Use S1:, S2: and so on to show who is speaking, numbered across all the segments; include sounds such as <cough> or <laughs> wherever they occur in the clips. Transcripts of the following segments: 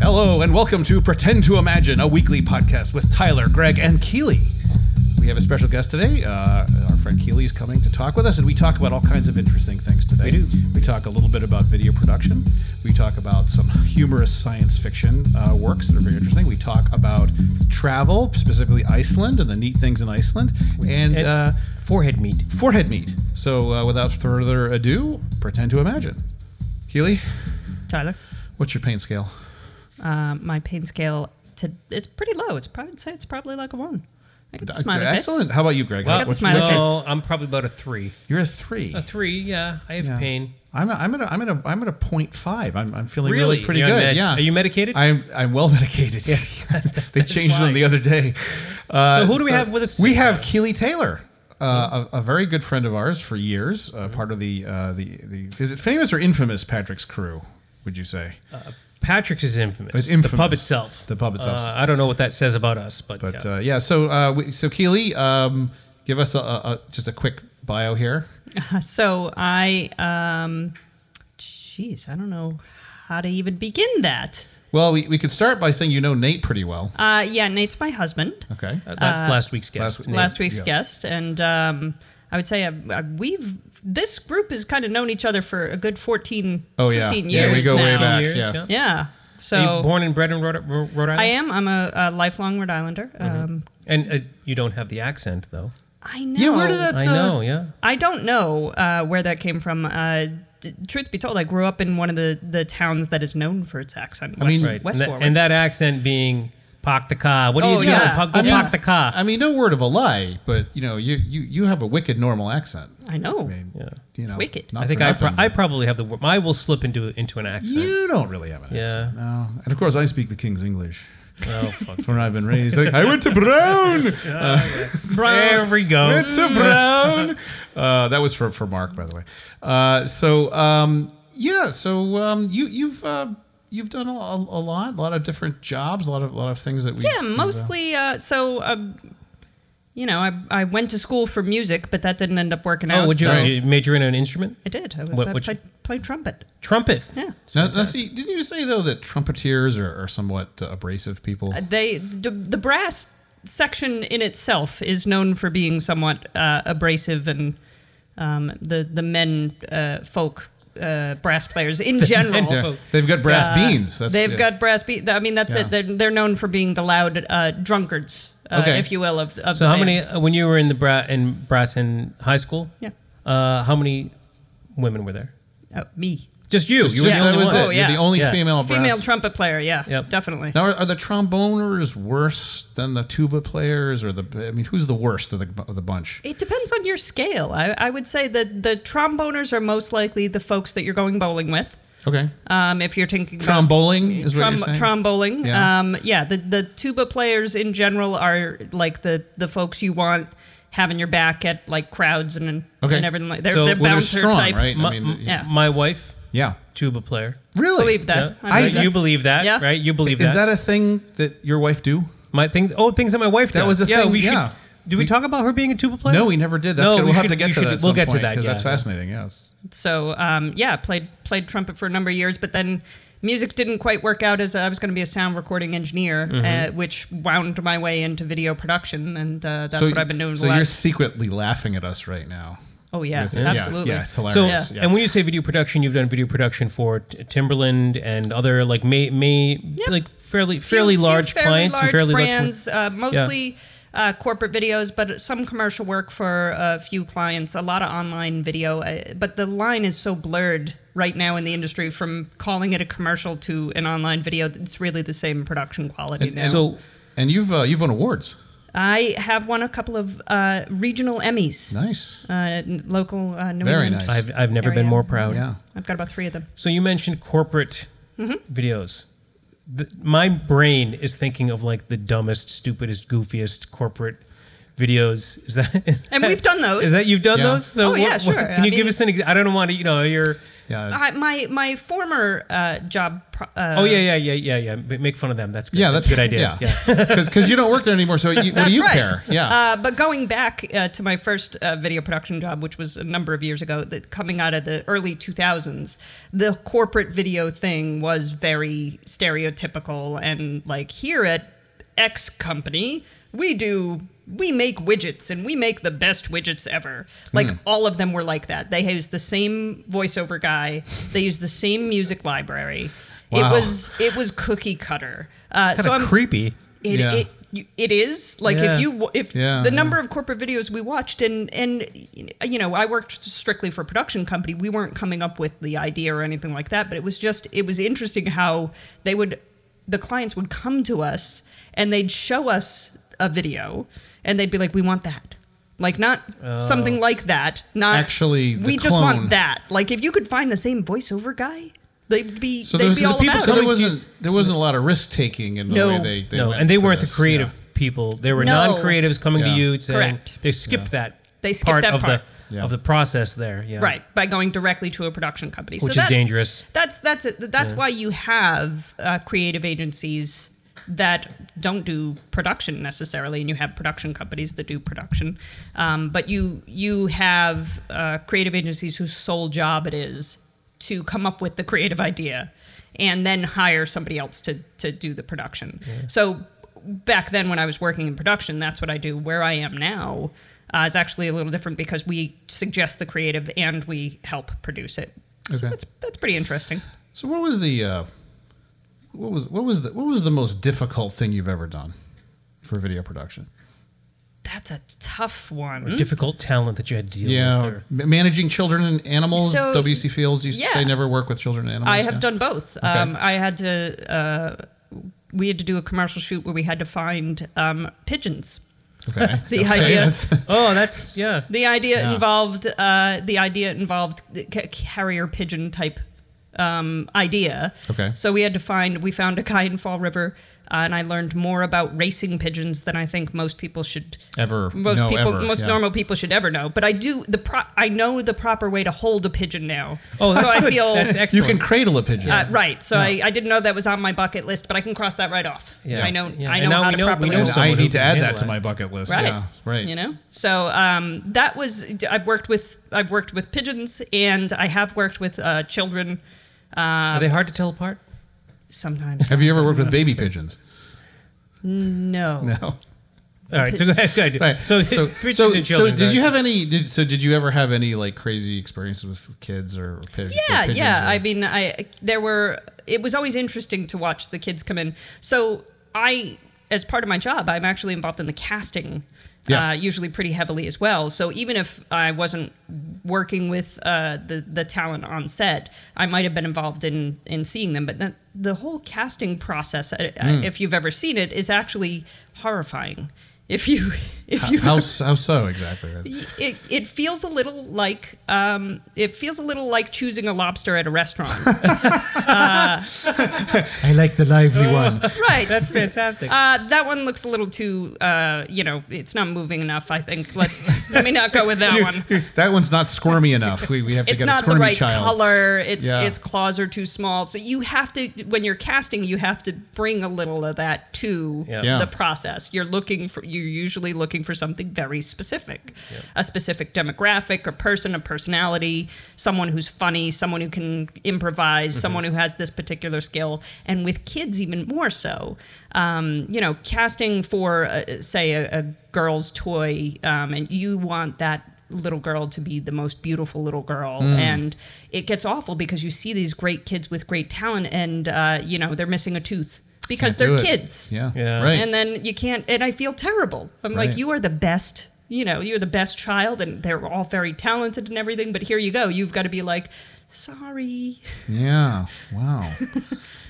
S1: Hello, and welcome to Pretend to Imagine, a weekly podcast with Tyler, Greg, and Keely. We have a special guest today. Uh, our friend Keely is coming to talk with us, and we talk about all kinds of interesting things today. We do. We talk a little bit about video production. We talk about some humorous science fiction uh, works that are very interesting. We talk about travel, specifically Iceland, and the neat things in Iceland. And.
S2: And-
S1: Uh,
S2: Forehead meat.
S1: forehead meat. So, uh, without further ado, pretend to imagine. Keely,
S3: Tyler.
S1: what's your pain scale?
S3: Um, my pain scale to it's pretty low. It's probably I'd say it's probably like a one. I got the smiley face.
S1: Excellent. How about you, Greg?
S3: Well, I got the
S1: What's-
S3: smiley face.
S2: Well, I'm probably about a three.
S1: you're a three.
S2: A three, yeah. I have
S1: Yeah.
S2: pain.
S1: I'm, I'm at a, I'm at a, I'm at a point five. I'm, I'm feeling really,
S2: Really?
S1: pretty
S2: You're on
S1: good.
S2: meds.
S1: Yeah.
S2: Are you medicated?
S1: I'm I'm well medicated. <laughs> they changed them
S2: why.
S1: the other day. Uh,
S2: So who do we have with us
S1: We
S2: today?
S1: have Keely Taylor, uh, a, a very good friend of ours for years.
S2: Mm-hmm.
S1: Uh, Part of the uh, the the is it famous or infamous Patrick's crew? Would you say?
S2: Oh, Patrick's is infamous.
S1: It's infamous.
S2: The pub itself.
S1: The pub itself.
S2: Uh, I don't know what that says about us, but,
S1: But
S2: yeah.
S1: yeah, uh, yeah so uh, we, so Keely, um, give us a, a, a just a quick bio here.
S3: So I um jeez, I don't know how to even begin that.
S1: Well, we, we could start by saying you know Nate pretty well.
S3: Uh, yeah, Nate's my husband.
S1: Okay.
S2: Uh, that's last week's guest.
S1: last-
S2: Nate.
S3: Last week's
S1: yeah.
S3: guest, and um, I would say uh uh we've this group has kind of known each other for a good 14,
S1: Oh yeah.
S3: 15
S1: yeah,
S3: years
S1: we go
S3: now.
S1: way
S2: Fifteen
S1: back.
S2: years,
S1: yeah.
S2: yeah.
S3: Yeah.
S2: Are you
S3: So
S2: born and bred in Rhode, Rhode Rhode Island?
S3: I am. I'm a, a lifelong Rhode Islander. Um,
S2: And uh, you don't have the accent, though.
S3: I know.
S1: Yeah, where did that-
S2: I
S1: uh,
S2: know, yeah.
S3: I don't know uh, where that came from. Uh, d- truth be told, I grew up in one of the, the towns that is known for its accent. West,
S1: mean-
S2: Right.
S3: West
S2: and, that,
S3: Warwick.
S2: and that accent being, park the car. What are you
S3: Oh,
S2: doing?
S3: yeah.
S2: Park, go
S1: I mean-
S2: park the car.
S1: I mean, no word of a lie, but you know, you you, you have a wicked normal accent.
S3: I know.
S1: I mean,
S2: Yeah.
S1: you know,
S3: wicked.
S1: not
S2: I think
S1: for
S2: I, pro-
S1: nothing,
S2: I
S1: but
S2: probably have the. wor- I will slip into into an accent.
S1: you don't really have an
S2: Yeah.
S1: accent. No, and of course I speak the King's English.
S2: Oh, fuck.
S1: <laughs> From where I've been raised, Like, I went to
S2: <laughs>
S1: Brown.
S2: there we go.
S1: Went to Brown. Uh, that was for, for Mark, by the way. Uh, so um, yeah, so um, you you've uh, you've done a, a, a lot, a lot of different jobs, a lot of a lot of things that we
S3: Yeah, mostly. Uh, so, um, you know, I, I went to school for music, but that didn't end up working out.
S2: Oh, would you,
S3: so-
S1: Sorry.
S2: did you major in an instrument?
S3: I did. I, was-
S2: What-
S3: I
S2: what'd
S3: played, played trumpet.
S2: Trumpet.
S3: Yeah.
S1: Now, now see, didn't you say though that trumpeteers are, are somewhat uh, abrasive people?
S3: Uh, They the, the brass section in itself is known for being somewhat uh, abrasive, and um, the the men uh, folk uh, brass players
S2: <laughs>
S3: in general.
S1: Yeah. They've got brass
S3: Uh,
S1: beans. That's,
S3: they've
S1: yeah.
S3: got brass beat. I mean, that's
S1: Yeah.
S3: it. They're, they're known for being the loud uh, drunkards, uh,
S1: Okay.
S3: if you will. Of, of
S2: So
S3: the
S2: how
S3: band.
S2: many uh, when you were in the bra in brass in high school?
S3: Yeah.
S2: Uh, how many women were there?
S3: Oh, me.
S2: Just
S1: You
S2: you. were
S1: was-
S2: the
S1: that
S2: only
S1: was
S2: one.
S1: it.
S3: Oh, yeah.
S1: You're the only
S2: Yeah.
S1: female brass.
S3: Female trumpet player. Yeah.
S2: Yep.
S3: Definitely.
S1: Now, are, are the tromboners worse than the tuba players, or the? I mean, who's the worst of the of the bunch?
S3: It depends on your scale. I, I would say that the tromboners are most likely the folks that you're going bowling with.
S1: Okay,
S3: Um, if you're thinking about-
S1: tromboling is
S3: Trom-
S1: what you're saying.
S3: tromboling.
S1: Yeah.
S3: Yeah. Um, yeah, the, the tuba players in general are like the, the folks you want having your back at like crowds and,
S1: Okay.
S3: and everything like they're,
S2: So-
S3: they're
S1: well, they're
S3: bouncer
S1: strong,
S3: type.
S1: right?
S2: My,
S1: I mean,
S3: yeah.
S2: my wife,
S1: yeah,
S2: tuba player.
S1: really.
S3: Believe that.
S2: Yeah.
S3: I
S2: Right?
S3: believe
S2: you
S3: that.
S2: believe that,
S3: Yeah.
S2: right? You believe
S1: Is that a thing that your wife do?
S2: my thing? Oh, things that my wife
S1: That
S2: does.
S1: was the
S2: yeah,
S1: thing,
S2: We
S1: yeah.
S2: Should, do we,
S1: We-
S2: talk about her being a tuba player?
S1: No, we never did. That's good.
S2: No, we
S1: We'll have
S2: should-
S1: to get
S2: we
S1: to
S2: should-
S1: that. At
S2: we'll
S1: some
S2: get to
S1: point,
S2: that,
S1: 'cause
S2: yeah,
S1: that's
S2: yeah.
S1: fascinating. Yes.
S3: So um, yeah, played played trumpet for a number of years, but then music didn't quite work out as uh, I was going to be a sound recording engineer, uh,
S2: Mm-hmm.
S3: which wound my way into video production, and uh, that's
S1: so,
S3: what I've been doing.
S1: So
S3: the
S1: you're
S3: last,
S1: secretly laughing at us right now.
S3: oh yes,
S1: Yeah,
S3: absolutely.
S1: Yeah, it's
S2: So,
S1: hilarious. yeah.
S2: and when you say video production, you've done video production for t- Timberland and other like may may like fairly
S3: Few-
S2: fairly
S3: few
S2: large
S3: fairly
S2: clients
S3: large
S2: and fairly large.
S3: brands, uh, mostly. Uh, corporate videos, but some commercial work for a few clients, a lot of online video. Uh, but the line is so blurred right now in the industry from calling it a commercial to an online video, it's really the same production quality. now.
S1: and-
S2: So
S1: and you've uh, you've won awards.
S3: I have won a couple of uh, regional Emmys,
S1: Nice.
S3: uh, n- local uh, New
S1: Very
S3: England.
S1: nice.
S2: I've I've never been
S3: Area.
S2: more proud.
S1: Yeah.
S3: I've got about three of them.
S2: So you mentioned corporate
S3: Mm-hmm.
S2: videos. The, my brain is thinking of like the dumbest, stupidest, goofiest corporate videos. Is that <laughs> is
S3: And we've done those.
S2: Is that you've done
S1: Yeah.
S2: those?
S3: Oh, yeah, sure.
S2: can
S3: I
S2: you give
S3: mean-
S2: us an? Ex- I don't want to. You know, you're.
S1: Yeah.
S3: I, my my former uh, job. pro- Uh,
S2: Oh yeah, yeah, yeah, yeah, yeah. Ma- Make fun of them. That's good.
S1: Yeah,
S2: that's,
S1: that's
S2: a good idea.
S3: <laughs>
S1: Yeah, <laughs> because you don't work there anymore. So you, what do you
S3: That's right.
S1: care? Yeah,
S3: Uh, but going back uh, to my first uh, video production job, which was a number of years ago, that coming out of the early 2000s, the corporate video thing was very stereotypical. And like here at X company, we do. We make widgets and we make the best widgets ever. Like
S1: Hmm.
S3: all of them were like that. They used the same voiceover guy. They used the same music library.
S1: Wow.
S3: It was it was cookie cutter. Uh,
S2: Kind of creepy.
S3: it
S1: Yeah.
S3: it it, it is like
S2: Yeah.
S3: if you w- if
S1: Yeah,
S3: the
S1: yeah.
S3: number of corporate videos we watched and and you know I worked strictly for a production company we weren't coming up with the idea or anything like that but it was just it was interesting how they would the clients would come to us and they'd show us a video and they'd be like we want that like not something like that not
S1: Oh. Actually, the
S3: we just
S1: clone.
S3: want that like if you could find the same voiceover guy they'd be
S1: so
S3: they'd
S1: there's
S3: be
S1: the
S3: all
S1: people.
S3: about
S1: So
S3: it
S1: there wasn't there wasn't a lot of risk taking in the
S3: No.
S1: way they, they
S2: no,
S1: went
S2: and they
S1: for
S2: weren't
S1: this,
S2: the creative
S1: yeah.
S2: people. They were
S3: No.
S2: non-creatives coming to
S1: Yeah.
S2: you saying
S3: Correct.
S2: they skipped that.
S3: They skipped
S2: part
S3: that
S2: of
S3: part.
S2: the
S1: Yeah.
S2: of the process there. Yeah.
S3: Right, by going directly to a production company,
S2: Which is
S3: that's,
S2: dangerous.
S3: That's that's it. That's why you have uh, creative agencies that don't do production necessarily, and you have production companies that do production. Um, but you you have uh, creative agencies whose sole job it is to come up with the creative idea, and then hire somebody else to to do the production. So back then when I was working in production, that's what I do. Where I am now uh, is actually a little different because we suggest the creative and we help produce it.
S1: Okay.
S3: So that's that's pretty interesting.
S1: So what was the uh, what was what was the what was the most difficult thing you've ever done for video production?
S3: That's a tough
S2: Or
S3: one.
S2: Difficult talent that you had to deal
S1: Yeah,
S2: with. or-
S1: ma- managing children and animals.
S3: So,
S1: W.C. Fields used
S3: yeah.
S1: to say never work with children and animals.
S3: I have
S1: yeah.
S3: done both. Um, I had to uh, we had to do a commercial shoot where we had to find um, pigeons.
S1: Okay.
S3: <laughs> The
S1: Okay,
S3: idea-
S1: that's- <laughs>
S2: Oh, that's yeah.
S3: The idea
S1: Yeah.
S3: involved uh, the idea involved the ca- carrier pigeon type um, idea.
S1: Okay.
S3: So we had to find we found a guy in Fall River, uh, and I learned more about racing pigeons than I think most people should
S1: ever
S3: most
S1: no,
S3: people
S1: ever,
S3: most
S1: yeah.
S3: normal people should ever know. But I do the pro- I know the proper way to hold a pigeon now.
S2: Oh, that's
S3: so
S2: good.
S3: I feel
S2: That's
S1: You
S2: excellent.
S1: can cradle a pigeon.
S3: uh, right. So I, I didn't know that was on my bucket list, but I can cross that right off.
S2: Yeah.
S3: I know
S2: Yeah.
S3: I
S2: And
S3: know
S2: now
S3: how
S2: we
S3: to
S2: know- we
S3: properly
S2: know
S1: And
S2: someone
S1: I
S2: who
S1: need to
S2: can
S1: add
S2: handle
S1: that to
S2: it.
S1: my bucket list.
S3: right
S1: Yeah, right.
S3: you know so um, that was i've worked with i've worked with pigeons and i have worked with uh, children
S2: Are they hard to tell apart? <laughs>
S3: sometimes
S1: Have you ever worked with baby pigeons?
S3: no,
S1: No.
S2: All right, so go ahead. Go ahead.
S1: Right.
S3: <laughs>
S2: So,
S1: so,
S2: three
S1: so,
S2: kids and children.
S1: so did
S2: right?
S1: you have any? Did, so did you ever have any like crazy experiences with kids or, pigeons?
S3: yeah
S1: pigeons
S3: yeah
S1: or-
S3: i mean i there were it was always interesting to watch the kids come in so i as part of my job i'm actually involved in the casting
S1: Yeah.
S3: uh, usually pretty heavily as well so even if i wasn't working with uh, the, the talent on set i might have been involved in in seeing them but that, the whole casting process I, I,
S1: Hmm.
S3: if you've ever seen it is actually horrifying if you <laughs> if you
S1: how, how so exactly?
S3: it, it feels a little like um, it feels a little like choosing a lobster at a restaurant,
S1: <laughs> I like the
S3: <laughs>
S1: lively one.
S3: right?
S2: That's fantastic.
S3: Uh, that one looks a little too, uh, you know, it's not moving enough. I think let's let me not go with
S1: <laughs>
S3: that one.
S1: that one's not squirmy enough. We, we have to
S3: It's
S1: get a
S3: not the
S1: squirmy
S3: right
S1: child.
S3: color. It's
S1: Yeah.
S3: its claws are too small. So you have to when you're casting, you have to bring a little of that to
S2: Yeah.
S1: Yeah.
S3: the process. You're looking for you're usually looking for something very specific, a specific demographic, a person, a personality, someone who's funny, someone who can
S1: Mm-hmm.
S3: improvise, someone who has this particular skill, and with kids even more so. Um, you know, casting for uh, say a, a girl's toy, um, and you want that little girl to be the most beautiful little girl
S1: Mm.
S3: and it gets awful because you see these great kids with great talent and uh, you know they're missing a tooth because
S1: Can't do
S3: they're
S1: it.
S3: kids
S1: Yeah.
S2: Yeah.
S1: Right.
S3: and then you can't and i feel terrible i'm like
S1: Right.
S3: you are the best you know you're the best child and they're all very talented and everything but here you go you've got to be like sorry
S1: yeah.
S3: <laughs>
S1: Wow.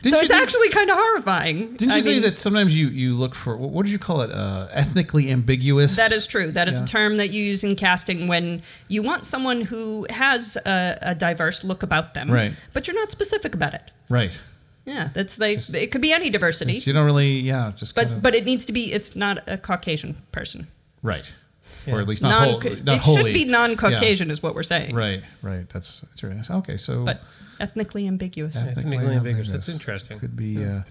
S1: Did
S3: so it's
S1: think-
S3: actually kind of horrifying
S1: Didn't you
S3: I
S1: say
S3: mean,
S1: that sometimes you, you look for what, what did you call it? Uh, ethnically ambiguous.
S3: that is true. That is
S1: Yeah.
S3: a term that you use in casting when you want someone who has a, a diverse look about them,
S1: Right.
S3: but you're not specific about it.
S1: right.
S3: Yeah, that's like
S1: Just-
S3: it could be any diversity,
S1: It's- you don't really yeah just
S3: but
S1: kinda-
S3: but it needs to be. It's not a Caucasian person.
S1: right, or at least not
S3: non,
S1: whole, not
S3: it
S1: wholly.
S3: should be non-Caucasian, is what we're saying,
S1: Right, right. That's that's very nice. Okay, so
S3: but ethnically ambiguous.
S1: ethnically
S2: Ethnically ambiguous. That's
S1: ambiguous.
S2: interesting.
S1: Could be. Uh,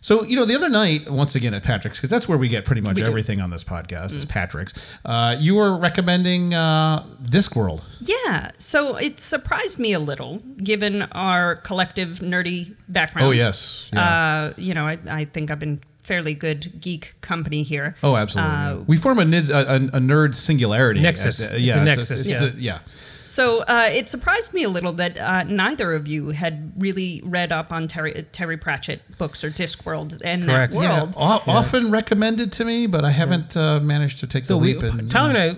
S1: so you know, the other night, once again at Patrick's, because that's where we get pretty much
S3: do. Mm.
S1: everything on this podcast is Patrick's. Uh, you were recommending uh, Discworld.
S3: Yeah, so it surprised me a little, given our collective nerdy
S1: Oh,
S3: background.
S1: Um, yes,
S3: Uh, you know, I, I think I've been fairly good geek company here.
S1: Oh, absolutely.
S3: Uh,
S1: we form a, nids, a, a, a nerd singularity.
S2: Nexus.
S1: At the-
S2: It's
S1: yeah,
S2: a
S1: it's
S2: nexus,
S1: it's
S2: yeah.
S1: the- yeah.
S3: So uh, it surprised me a little that uh, neither of you had really read up on Terry, uh, Terry Pratchett books or Discworld and
S2: Correct.
S3: that
S2: Yeah.
S3: world.
S1: O- Often recommended to me, but I haven't uh, managed to take
S2: So
S1: the
S2: we,
S1: leap. and,
S2: Tyler and I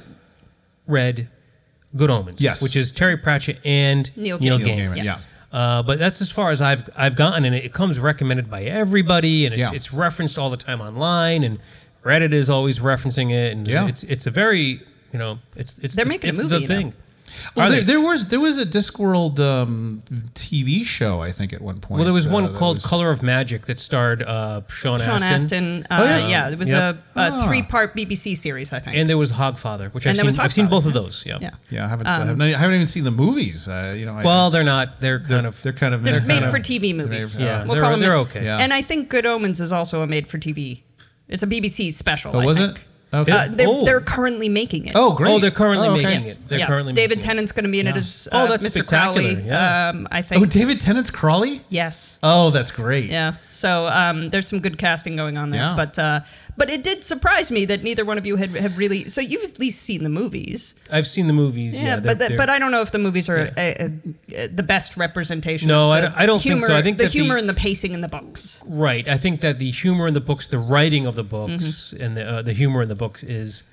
S2: read Good Omens,
S1: Yes.
S2: which is Terry Pratchett and
S3: Neil
S2: Neil,
S3: Gaiman.
S1: Neil
S2: Gaiman.
S1: Gaiman,
S3: Yes.
S2: Uh, but that's as far as I've I've gotten, and it, it comes recommended by everybody, and it's,
S1: Yeah.
S2: it's referenced all the time online, and Reddit is always referencing it, and
S1: Yeah.
S2: it's it's a very you know it's it's
S3: They're
S2: the-
S3: making a
S2: it's
S3: movie,
S2: the
S3: you know.
S2: thing.
S1: Well,
S2: Are
S1: there,
S2: they?
S1: there was there was a Discworld um, TV show, I think, at one point.
S2: Well, there was
S1: uh,
S2: one
S1: that
S2: called
S1: was-
S2: Color of Magic that starred uh, Sean,
S3: Sean Astin, uh,
S1: Oh, yeah. Ah.
S3: yeah. it was
S2: Yep.
S3: a, a three-part BBC series, I think.
S2: and there was Hogfather, which
S3: And
S2: I've
S3: there
S2: seen.
S3: was
S2: I've seen
S3: Hogfather,
S2: both of those. Yeah.
S3: yeah. Um,
S1: Yeah, I haven't, I haven't. I haven't even seen the movies. Uh, you know. I-
S2: Well, they're not. They're kind of.
S1: they're kind of
S3: They're,
S1: kind
S3: made
S1: of-
S3: for TV movies.
S1: they're-
S2: yeah.
S3: We'll
S2: they're,
S3: call them
S2: they're
S3: that.
S2: okay.
S1: Yeah.
S3: And I think Good Omens is also a made-for-TV. It's a BBC special.
S1: Oh,
S3: I
S1: was
S3: think.
S1: it? Okay.
S3: Uh, they're,
S2: Oh.
S3: they're currently making it.
S1: oh, great.
S2: Oh, they're currently
S1: Oh, okay.
S2: making it. They're
S3: yeah.
S2: currently
S3: David
S2: making it.
S3: Tennant's going to be in it
S1: Yeah.
S3: as
S2: Oh,
S3: uh,
S2: that's
S3: Mr.
S2: spectacular,
S3: Crowley.
S2: yeah.
S3: Um, I think.
S1: Oh, David Tennant's Crawley.
S3: yes.
S1: Oh, that's great.
S3: Yeah. So um, there's some good casting going on there,
S1: Yeah.
S3: but uh, but it did surprise me that neither one of you had, had really. So you've at least seen the movies.
S2: I've seen the movies. Yeah,
S3: but
S2: they're-
S3: the, but I don't know if the movies are uh uh, the best representation.
S2: No,
S3: of
S2: I
S3: the
S2: don't- I don't think
S3: humor,
S2: so. I think
S3: the
S2: that the-
S3: humor and the pacing in the books.
S2: Right. I think that the humor in the books, the writing of the books,
S1: Mm-hmm.
S2: and the uh, the humor in the books is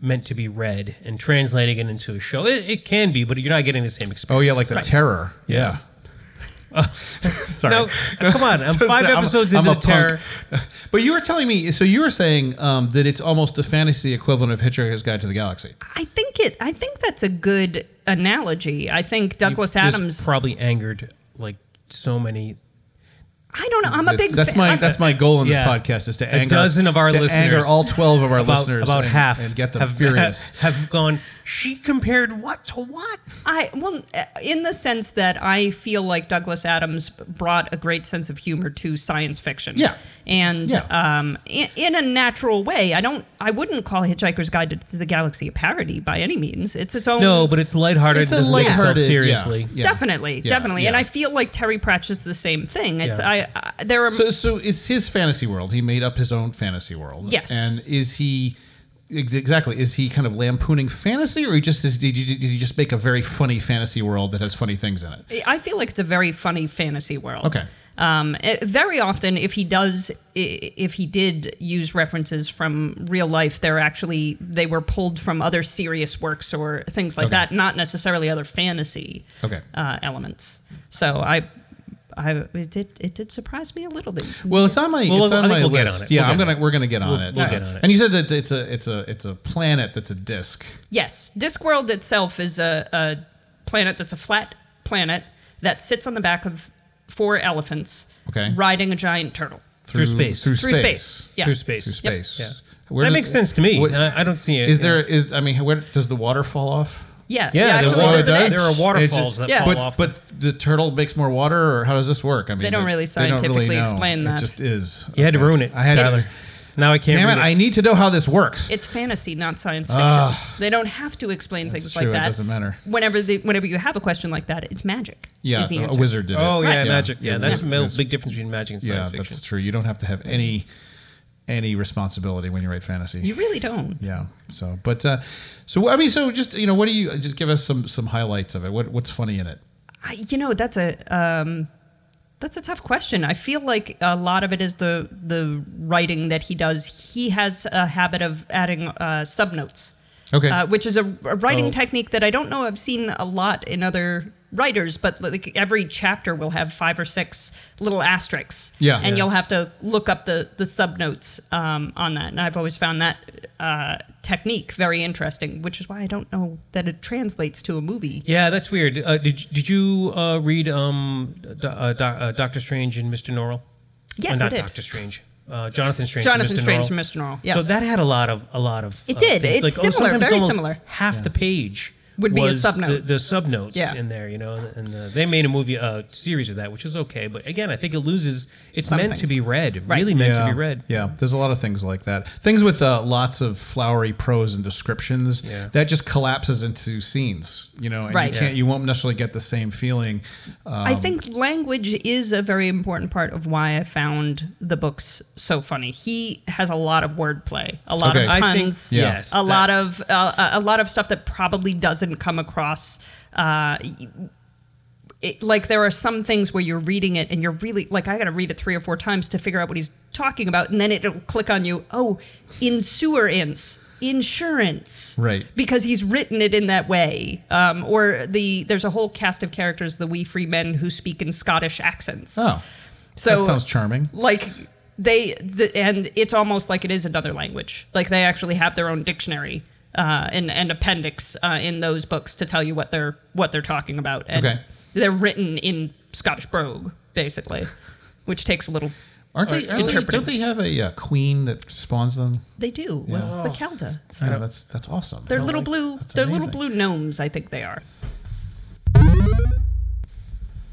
S2: meant to be read and translating it into a show. It, it can be, but you're not getting the same
S1: Oh
S2: experience.
S1: yeah, like the terror. Yeah.
S2: <laughs>
S1: Sorry.
S2: No, uh, come on.
S1: <laughs>
S2: I'm five
S1: I'm-
S2: episodes
S1: I'm
S2: into
S1: a punk.
S2: terror.
S1: <laughs> But you were telling me, so you were saying um, that it's almost the fantasy equivalent of Hitchhiker's Guide to the Galaxy.
S3: I think it. I think that's a good analogy. I think Douglas
S2: This
S3: Adams.
S2: probably angered like so many.
S3: I don't know. I'm a
S1: That's-
S3: big.
S1: That's
S3: fan-
S1: my
S3: I'm-
S1: that's my goal in this
S2: Yeah.
S1: podcast is to
S2: A
S1: anger
S2: dozen of our
S1: to anger
S2: listeners.
S1: all twelve of our listeners,
S2: about
S1: and-
S2: half
S1: and get them
S2: have,
S1: furious.
S2: have gone. She compared what <laughs> to what?
S3: I well, uh, in the sense that I feel like Douglas Adams brought a great sense of humor to science fiction.
S1: Yeah.
S3: and
S1: Yeah.
S3: um, in, in a natural way. I don't. I wouldn't call Hitchhiker's Guide to the Galaxy a parody by any means. It's its own.
S2: No, but it's lighthearted.
S1: It's a
S2: it doesn't take itself
S1: lighthearted- yeah,
S2: seriously.
S1: yeah.
S3: Definitely,
S1: Yeah,
S3: definitely, and
S1: yeah.
S3: I feel like Terry Pratchett's the same thing. It's
S2: Yeah.
S3: I, I there are
S1: So so it's his fantasy world. He made up his own fantasy world.
S3: Yes.
S1: And is he ex- exactly is he kind of lampooning fantasy, or he just is, did you did you just make a very funny fantasy world that has funny things in it?
S3: I feel like it's a very funny fantasy world.
S1: Okay.
S3: Um, eh, very often, if he does, i- if he did use references from real life, they're actually they were pulled from other serious works or things like
S1: Okay.
S3: that, not necessarily other fantasy
S1: Okay.
S3: uh, elements. So I, I it did it did surprise me a little bit.
S1: Well, it's on my.
S2: Well,
S1: it's
S2: I
S1: on
S2: think
S1: my
S2: we'll
S1: list.
S2: get on it.
S1: Yeah,
S2: We'll
S1: I'm
S2: get
S1: gonna. We're gonna get on it.
S2: we'll
S1: Yeah.
S2: get on it.
S1: And you said that it's a it's a it's a planet that's a disc.
S3: Yes, Discworld itself is a, a planet that's a flat planet that sits on the back of four elephants,
S1: Okay.
S3: riding a giant turtle.
S2: Through space.
S1: Through,
S3: Through
S1: space.
S3: space, yeah.
S2: Through space.
S1: Through space.
S2: Yeah.
S1: Where
S2: that
S1: does-
S2: makes sense to me.
S1: what-
S2: I, I don't see it.
S1: Is
S2: yeah.
S1: there is I mean where does the water fall off?
S3: Yeah,
S2: Yeah, the
S3: actually,
S2: water
S3: there's an
S2: does.
S3: egg.
S2: There are waterfalls that
S1: It's
S3: fall
S1: but,
S2: off.
S1: But the turtle makes more water, or how does this work? I mean,
S3: They don't really
S1: they don't
S3: scientifically
S1: know.
S3: explain
S1: It
S3: that.
S1: just is.
S2: You had to
S1: Okay.
S2: ruin it,
S1: I had
S2: Tyler.
S1: to.
S2: Now I can't.
S1: Damn
S2: read
S1: it! I need to know how this works.
S3: It's fantasy, not science fiction. they don't have to explain things
S1: Ah. true,
S3: like
S1: it
S3: that.
S1: doesn't matter.
S3: Whenever the, whenever you have a question like that, it's magic.
S1: yeah,
S3: is the
S1: a- a
S3: answer.
S1: wizard did it.
S2: Oh yeah,
S3: Right.
S2: magic. Yeah, that's a
S1: yeah,
S2: mil-
S1: that's-
S2: big difference between magic and
S1: Yeah,
S2: science
S1: that's
S2: fiction.
S1: true. You don't have to have any any responsibility when you write fantasy.
S3: You really don't.
S1: Yeah. So, but uh, so I mean, so just you know, what do you just give us some some highlights of it? What what's funny in it?
S3: I, you know, that's a um, that's a tough question. I feel like a lot of it is the the writing that he does. He has a habit of adding uh, subnotes,
S1: Okay.
S3: uh, which is a, a writing
S2: Oh.
S3: technique that I don't know I've seen a lot in other writers. But like every chapter will have five or six little asterisks,
S1: Yeah.
S3: and
S1: Yeah.
S3: you'll have to look up the the subnotes um, on that. And I've always found that. Uh, technique very interesting which is why i don't know that it translates to a movie
S2: Yeah, that's weird. Uh, did did you uh, read um, Do- uh, Do- uh, Doctor Strange and Mister Norrell?
S3: Yes,
S2: Or
S3: I
S2: not
S3: did.
S2: Doctor Strange. uh, Jonathan Strange.
S3: Jonathan
S2: from Mr.
S3: Strange
S2: Norrell.
S3: from Mr. Norrell, yes.
S2: So that had a lot of a lot of.
S3: It did.
S2: things.
S3: It's
S2: oh,
S3: similar,
S2: sometimes
S3: very
S2: almost
S3: similar.
S2: Half the page
S3: Would be a
S2: was
S3: subnote.
S2: The, the subnotes
S3: Yeah.
S2: in there, you know, and the, they made a movie uh, series of that, which is okay. But again, I think it loses. It's meant
S3: Something.
S2: to be read.
S3: Right.
S2: Really meant
S1: yeah.
S2: to be read.
S1: Yeah, there's a lot of things like that. Things with uh, lots of flowery prose and descriptions
S2: Yeah.
S1: that just collapses into scenes. You know, and
S3: Right.
S1: you can't,
S2: Yeah.
S1: you won't necessarily get the same feeling. Uh,
S3: I think language is a very important part of why I found the books so funny. He has a lot of wordplay, a lot
S1: Okay.
S3: of
S1: I
S3: puns,
S2: think- yes,
S3: a lot
S2: that's-
S3: of uh, a lot of stuff that probably doesn't come across. Uh, it, like there are some things where you're reading it and you're really like I got to read it three or four times to figure out what he's talking about, and then it'll click on you. Oh, insurance, insurance,
S1: Right.
S3: Because he's written it in that way. Um, or the there's a whole cast of characters, the wee free men who speak in Scottish accents.
S1: oh,
S3: so
S1: that sounds charming.
S3: like they the, and it's almost like it is another language like they actually have their own dictionary uh, and, and appendix uh, in those books to tell you what they're what they're talking about and
S1: Okay.
S3: they're written in scottish brogue
S1: <laughs>
S3: basically which takes a little
S1: Aren't they?
S3: or
S1: aren't they
S3: interpreting.
S1: don't they have a uh, queen that spawns them?
S3: they do
S1: Yeah.
S3: what's the calda
S1: I know, that's that's awesome.
S3: they're
S1: That's
S3: little
S1: like-
S3: blue
S1: that's
S3: they're little
S1: amazing.
S3: blue gnomes i think they are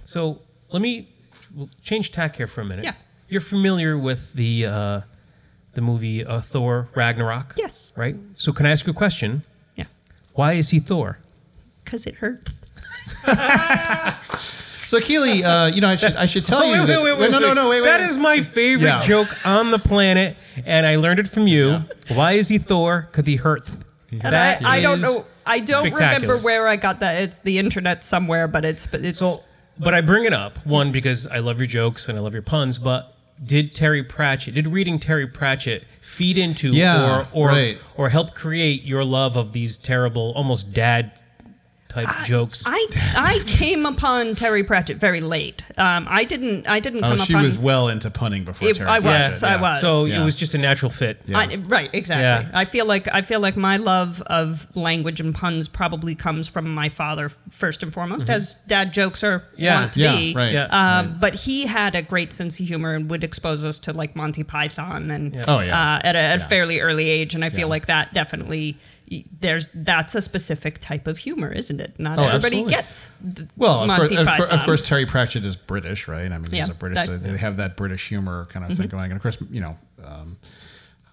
S2: So let me we'll change tack here for a minute.
S3: Yeah.
S2: You're familiar with the uh, the movie uh, Thor Ragnarok?
S3: Yes.
S2: Right. So can I ask you a question?
S3: yeah
S2: Why is he Thor?
S3: because it hurts
S1: So Keely, uh, you know, I should I should tell
S2: Oh,
S1: you that. no, no, no, wait, wait.
S2: That is my favorite
S1: Yeah.
S2: joke on the planet, and I learned it from you. Why is he Thor? Because he hurts.
S3: and I, I don't know i don't remember
S2: spectacular.
S3: where i got that it's the internet somewhere but it's but it's
S2: So, but I bring it up one because I love your jokes and I love your puns. But did Terry Pratchett, did reading Terry Pratchett feed into
S1: Yeah,
S2: or or
S1: right.
S2: or help create your love of these terrible, almost dad type jokes?
S1: <laughs>
S3: I I came upon Terry Pratchett very late. Um, I didn't I didn't
S1: Oh,
S3: come
S1: she
S3: upon
S1: was well into punning before
S3: It-
S1: Terry.
S3: I was,
S1: Pratchett,
S3: I
S1: yeah.
S3: was.
S2: So
S1: Yeah.
S2: it was just a natural fit.
S1: Yeah.
S3: I, right, exactly.
S2: Yeah.
S3: I feel like I feel like my love of language and puns probably comes from my father f- first and foremost, as dad jokes are
S2: Yeah.
S3: want to
S1: Mm-hmm. Yeah,
S3: be.
S1: right.
S2: Yeah.
S3: Um, But he had a great sense of humor and would expose us to like Monty Python and
S1: Oh, yeah.
S3: uh, at a, at
S1: Yeah.
S3: a fairly early age, and I feel
S1: Yeah.
S3: like that definitely there's that's a specific type of humor, isn't it? Not
S1: Oh,
S3: everybody
S1: absolutely.
S3: gets th-
S1: Well, of course,
S3: Monty
S1: of, cour-
S3: Python.
S1: of course, Terry Pratchett is British, right? I mean, he's
S3: Yeah,
S1: a British.
S3: that-
S1: so they have that British humor kind
S2: Mm-hmm.
S1: of thing going. And of course, you know, um,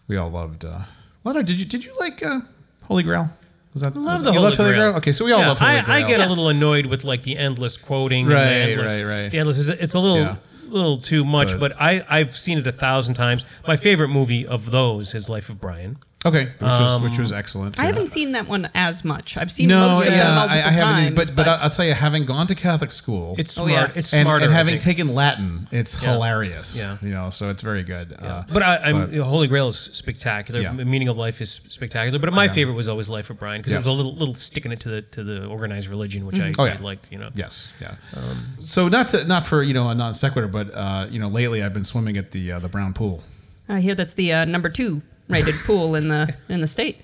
S1: we all loved. Uh, well, I don't- did you did you like uh, Holy Grail? Was that
S2: Love
S1: was-
S2: the
S1: you loved
S2: Holy Grail.
S1: Okay, so we all
S2: Yeah,
S1: love Holy
S2: I,
S1: Grail.
S2: I get a little annoyed with like the endless quoting. and
S1: Right,
S2: the endless,
S1: right, right.
S2: The endless is it's a little
S1: Yeah.
S2: little too much,
S1: But-
S2: but, I I've seen it a thousand times. My favorite movie of those is Life of Brian.
S1: okay, which was
S2: Um,
S1: which was excellent.
S3: I
S1: yeah.
S3: haven't seen that one as much. I've seen
S1: No,
S3: most of them
S1: yeah, I,
S3: multiple
S1: I haven't. either,
S3: times,
S1: but but I- I'll tell you, having gone to Catholic school,
S2: It's
S3: Oh,
S2: smart.
S3: yeah.
S2: It's
S1: and,
S2: smarter.
S1: and
S2: I
S1: having
S2: think.
S1: taken Latin, it's
S2: Yeah.
S1: hilarious.
S2: Yeah.
S1: you know, so it's very good. Uh,
S2: But I, I'm,
S1: But-
S2: the Holy Grail is spectacular.
S1: Yeah.
S2: The Meaning of life is spectacular. But my favorite was always Life of Brian because
S1: Yeah.
S2: it was a little, little sticking it to the to the organized religion, which I,
S1: Oh,
S2: I
S1: yeah.
S2: liked. You know,
S1: Yes. Yeah. so not to not for you know a non sequitur, but uh, you know lately I've been swimming at the uh, the brown pool.
S3: I hear that's the uh, number two rated pool in the in the state.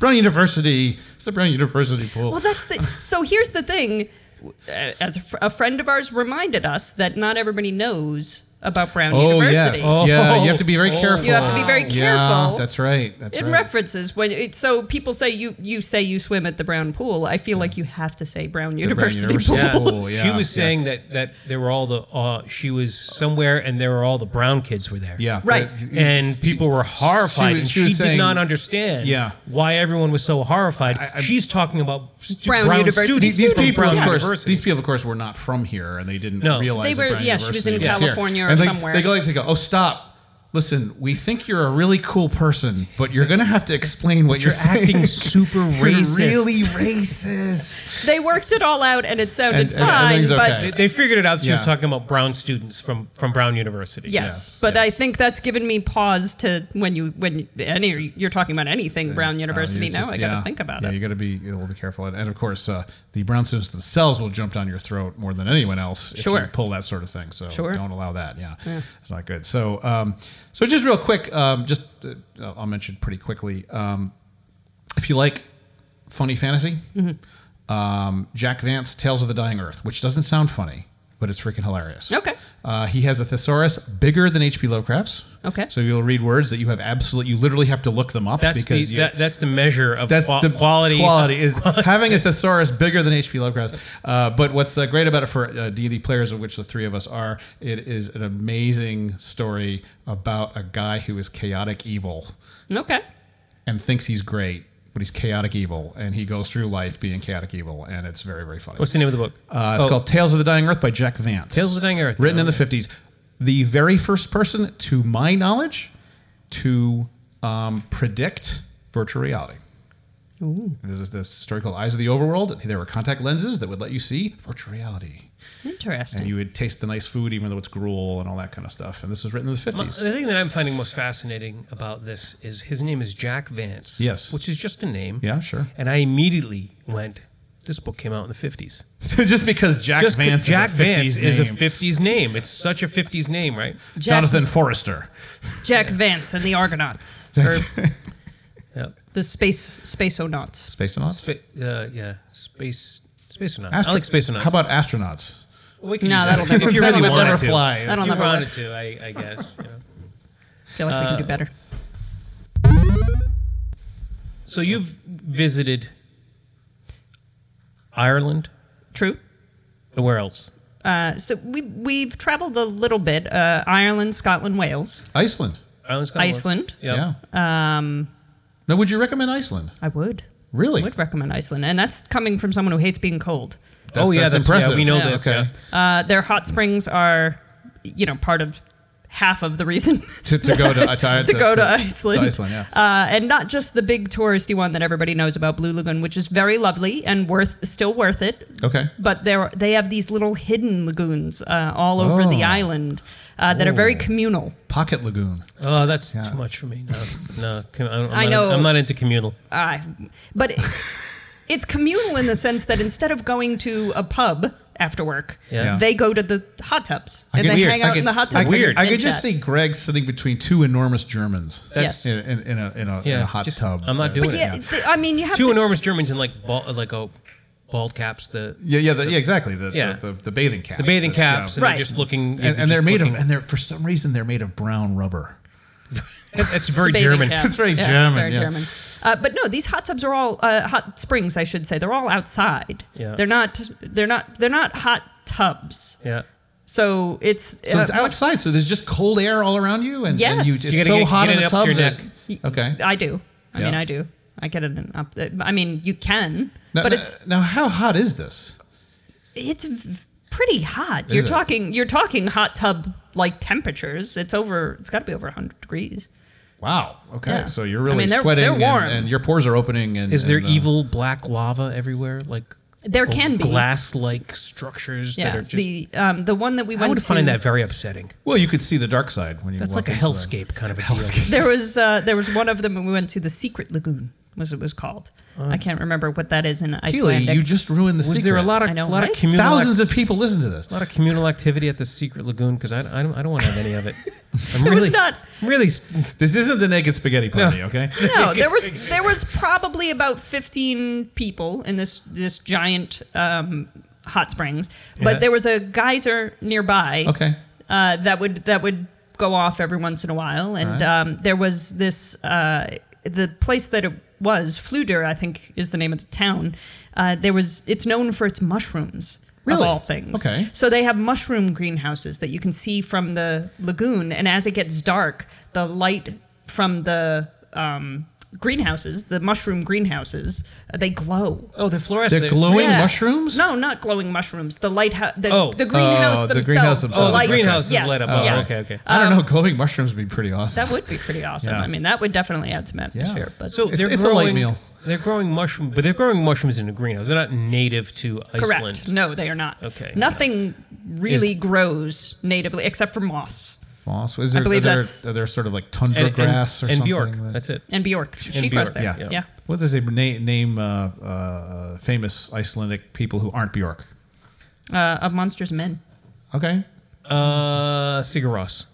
S1: Brown University. It's the Brown University pool.
S3: Well, that's the. So here's the thing. Uh, As a, fr- a friend of ours reminded us that not everybody knows about Brown
S1: oh
S3: University.
S1: yes. Yeah.
S2: Oh.
S1: You have to be very
S2: Oh.
S1: careful.
S3: You have to be very
S1: Yeah,
S3: careful.
S1: that's right. That's
S3: It
S1: right.
S3: references when it, so people say you you say you swim at the Brown Pool. I feel like you have to say Brown University <laughs>
S1: University.
S3: Pool.
S1: Yeah. <laughs>
S2: Yeah.
S1: Cool, Oh, yeah,
S2: she was
S1: yeah.
S2: saying that that there were all the uh, she was somewhere and there were all the brown kids were there.
S1: yeah.
S3: Right.
S1: that-
S2: And people were horrified.
S1: was-
S2: and
S1: she
S2: she
S1: was
S2: did
S1: saying-
S2: not understand
S1: Yeah.
S2: why everyone was so horrified.
S1: I- I-
S2: She's talking about stu-
S3: Brown
S2: brown,
S3: University
S1: These,
S2: students.
S1: these
S2: from
S1: people,
S2: Brown
S1: of course,
S2: University.
S1: these people, of course, were not from here, and they didn't
S2: No.
S1: realize.
S3: They
S1: that
S3: were-
S1: Brown
S3: yeah, she was
S1: University
S3: in
S1: here.
S3: California or
S1: And they,
S3: somewhere.
S1: They go like to go. Oh, stop! Listen, we think you're a really cool person, but you're gonna have to explain what
S2: you're
S1: saying.
S2: acting super
S1: <laughs> You're
S2: racist.
S1: really racist.
S3: They worked it all out and it sounded
S1: And- and
S3: fine,
S1: everything's
S3: but
S1: okay.
S2: They- they figured it out. She was
S1: Yeah.
S2: talking about brown students from from Brown University.
S3: Yes,
S1: Yes,
S3: but I
S1: yes.
S3: think that's given me pause to when you when you- any you're talking about anything Brown University
S1: Uh,
S3: now.
S1: you just-
S3: I got to
S1: yeah.
S3: think about
S1: yeah,
S3: it.
S1: you got to be a little bit careful, and, and of course, uh, the brown students themselves will jump down your throat more than anyone else if
S3: Sure.
S1: you pull that sort of thing. So
S3: Sure.
S1: don't allow that. Yeah, it's not good. So, um, so just real quick, um, just uh, I'll mention pretty quickly. Um, if you like
S3: Mm-hmm.
S1: funny fantasy, um, Jack Vance, Tales of the Dying Earth, which doesn't sound funny. but it's freaking hilarious.
S3: Okay.
S1: Uh, he has a thesaurus bigger than H.P. Lovecraft's.
S3: Okay.
S1: So you'll read words that you have absolutely, you literally have to look them up
S2: That's the
S1: because you,
S2: that, that's the measure of
S1: that's
S2: qua-
S1: the
S2: <laughs> quality.
S1: Quality is having a thesaurus bigger than H.P. Lovecraft's. Uh, but what's uh, great about it for uh, D&D players, of which the three of us are, it is an amazing story about a guy who is chaotic evil
S3: Okay.
S1: and thinks he's great, but he's chaotic evil, and he goes through life being chaotic evil, and it's very very funny.
S2: What's the name of the book?
S1: Uh, it's
S2: Oh,
S1: called Tales of the Dying Earth by Jack Vance.
S2: Tales of the Dying Earth.
S1: written in the
S2: Okay.
S1: fifties. The very first person, to my knowledge, to um, predict virtual reality. This is this story called Eyes of the Overworld. There were contact lenses that would let you see virtual reality,
S3: Interesting.
S1: and you would taste the nice food, even though it's gruel and all that kind of stuff. And this was written in the
S2: My-
S1: fifties.
S2: The thing that I'm finding most fascinating about this is his name is Jack Vance.
S1: Yes.
S2: Which is just a name.
S1: Yeah, sure.
S2: And I immediately went, this book came out in the 50s.
S1: Just because Jack
S2: Just 'cause
S1: Vance,
S2: Jack
S1: is a 50s
S2: Vance is a
S1: name.
S2: 50s name. It's such a 50s name, right?
S3: Jack,
S1: Jonathan Forrester.
S3: Jack Vance and the
S1: <laughs>
S3: Argonauts,
S2: Or- yeah.
S3: the space spaceonauts.
S1: Spaceonauts.
S2: Spa- uh, yeah. Space. Spaceonauts.
S1: Astro-
S2: I like spaceonauts.
S1: How about astronauts?
S2: We can
S3: No,
S2: use
S3: that'll
S2: that.
S3: never-
S2: if you
S3: that'll
S2: really
S3: never
S2: wanted to.
S1: fly.
S2: If
S3: That'll
S2: you
S3: never work.
S2: wanted to, I, I guess. you know.
S3: Feel like
S1: Uh,
S3: we can do better.
S2: So you've visited Ireland.
S3: True.
S2: Where else?
S3: Uh, so we we've traveled a little bit. Uh, Ireland, Scotland, Wales.
S1: Iceland.
S2: Ireland's kinda
S3: Iceland.
S2: Wales. Yeah. Oh,
S1: Yeah. Um, now, would you recommend Iceland?
S3: I would.
S1: Really?
S3: I would recommend Iceland, and that's coming from someone who hates being cold.
S2: oh yeah, that's, impressive. we know
S3: Yeah.
S2: this.
S1: Okay.
S2: Yeah.
S3: Uh, their hot
S1: Mm.
S3: springs are, you know, part of half of the reason <laughs>
S1: To, to go to, to,
S3: to go to, Iceland.
S1: To Iceland, yeah.
S3: Uh, and not just the big touristy one that everybody knows about, Blue Lagoon, which is very lovely and worth still worth it.
S1: Okay.
S3: But there they have these little hidden lagoons uh, all over the
S1: Oh.
S3: island uh, that are very
S1: Oh.
S3: communal.
S1: Pocket Lagoon.
S2: Oh, that's
S1: Yeah.
S2: too much for me.
S1: <laughs>
S2: No, no. com- I, don't- I'm
S3: I
S2: not,
S3: know.
S2: I'm not into communal.
S3: Uh, but it- it's communal in the sense that instead of going to a pub after work,
S2: Yeah.
S3: they go to the hot tubs
S1: I
S3: and
S1: could-
S3: they
S1: weird.
S3: hang
S1: I
S3: out
S1: could-
S3: in the hot
S1: I
S3: tubs.
S1: could-
S3: and-
S1: I
S3: and
S1: could
S3: chat.
S1: just see Greg sitting between two enormous Germans.
S2: That's-
S1: in, in, in a in a, in
S2: Yeah,
S1: a hot
S2: just-
S1: tub.
S2: I'm not doing
S3: But
S2: it.
S3: yeah, th- I mean, you have
S2: Two
S3: to
S2: enormous Germans in like bald, like oh, bald caps. The
S1: Yeah, yeah, the, yeah, exactly. The,
S2: Yeah.
S1: the, the, the bathing caps.
S2: the bathing
S1: That's- yeah. And,
S2: caps. And
S3: Right.
S2: they're just looking.
S1: and they're
S2: just
S1: made of
S2: looking-
S1: <laughs> and they're for some reason they're made of brown rubber.
S2: That's very
S3: baby
S2: German.
S3: calves.
S1: It's very
S3: Yeah,
S1: German,
S3: Very
S1: yeah.
S3: German. Uh, but no, these hot tubs are all uh, hot springs. I should say they're all outside.
S2: Yeah.
S3: They're not. They're not. They're not hot tubs.
S2: Yeah.
S3: So it's.
S1: So
S3: uh,
S1: it's outside, so there's just cold air all around you, and, and
S3: Yes.
S1: you, it's
S3: You
S2: gotta
S1: so
S2: get-
S1: hot
S2: get
S1: in
S2: it
S1: the
S2: up
S1: tub.
S2: to your
S1: that-
S3: much-
S1: Okay.
S3: I do. I mean,
S1: Yeah.
S3: I do. I get it in up. I mean, you can,
S1: Now-
S3: but
S1: now-
S3: it's
S1: now how hot is this?
S3: it's v- pretty hot. You're
S1: it?
S3: talking. You're talking hot tub like temperatures. It's over. It's got to be over 100 degrees.
S1: Wow. Okay.
S3: Yeah.
S1: So you're
S3: I
S1: really
S3: mean, they're-
S1: sweating,
S3: they're
S1: and-
S3: warm.
S1: And, your pores are opening. And
S2: Is there
S1: and, uh,
S2: evil black lava everywhere? Like
S3: There can be.
S2: glass-like structures that
S3: Yeah.
S2: are just.
S3: the um the one that we
S2: I
S3: went
S2: would
S3: to.
S2: find that very upsetting.
S1: Well, you could see the dark side when you.
S2: That's
S1: walk
S2: like a
S1: into the-
S2: hellscape
S1: <laughs>
S2: kind of a deal.
S3: there was uh, there was one of them when we went to the secret lagoon was it was called i can't remember what that is in
S1: Keely,
S3: icelandic
S1: you just ruined the
S2: Was
S1: secret.
S2: there a lot of
S3: I know,
S2: lot
S3: right?
S2: of communal
S1: thousands of people listen to this?
S2: a lot of communal activity at the secret lagoon? Because I, I don't I don't want to have any
S3: <laughs>
S2: of it. I'm
S3: It was
S2: really
S3: not-
S2: I'm really
S1: This isn't the naked spaghetti party,
S2: No. <laughs>
S1: okay? <laughs>
S3: no there was there was probably about 15 people in this this giant um, hot springs but
S2: Yeah.
S3: there was a geyser nearby
S1: Okay.
S3: uh, that would that would go off every once in a while and
S1: Alright.
S3: um, there was this uh, the place that it was Fluder, I think is the name of the town. Uh, there was it's known for its mushrooms
S1: Really?
S3: of all things.
S1: Okay.
S3: So they have mushroom greenhouses that you can see from the lagoon, and as it gets dark, the light from the um, greenhouses, the mushroom greenhouses, uh, they glow.
S2: oh they're fluorescent.
S1: They're glowing
S3: Yeah.
S1: mushrooms.
S3: No, not glowing mushrooms. The lighthouse, the,
S2: Oh.
S3: the greenhouse
S1: Oh, the
S3: themselves.
S1: greenhouse themselves.
S2: Oh, the
S1: Light-
S2: greenhouse is
S3: yes,
S2: lit up. Oh,
S3: yes.
S2: okay, okay.
S1: I don't know. Glowing mushrooms would be pretty awesome.
S3: Um, That would be pretty awesome.
S1: Yeah.
S3: I mean, that would definitely add some atmosphere. But
S2: So
S1: It's-
S2: they're
S1: it's a light
S2: growing,
S1: meal.
S2: They're growing mushroom, but they're growing mushrooms in a greenhouse. They're not native to
S3: correct,
S2: Iceland.
S3: no, they are not.
S2: Okay.
S3: nothing really grows natively except for moss
S1: Moss. Is there,
S3: believe
S1: are there,
S3: that's-
S1: are there sort of like
S2: And,
S1: tundra
S2: and-
S1: grass or
S2: and
S1: something?
S2: Bjork.
S1: that-
S2: That's it.
S3: and Bjork. she
S2: Bjork,
S3: grows there.
S2: yeah.
S3: Yeah.
S1: yeah. What does they name, name uh, uh, famous Icelandic people who aren't Bjork?
S3: Uh, of monsters men.
S1: Okay.
S2: Uh, Sigur Rós.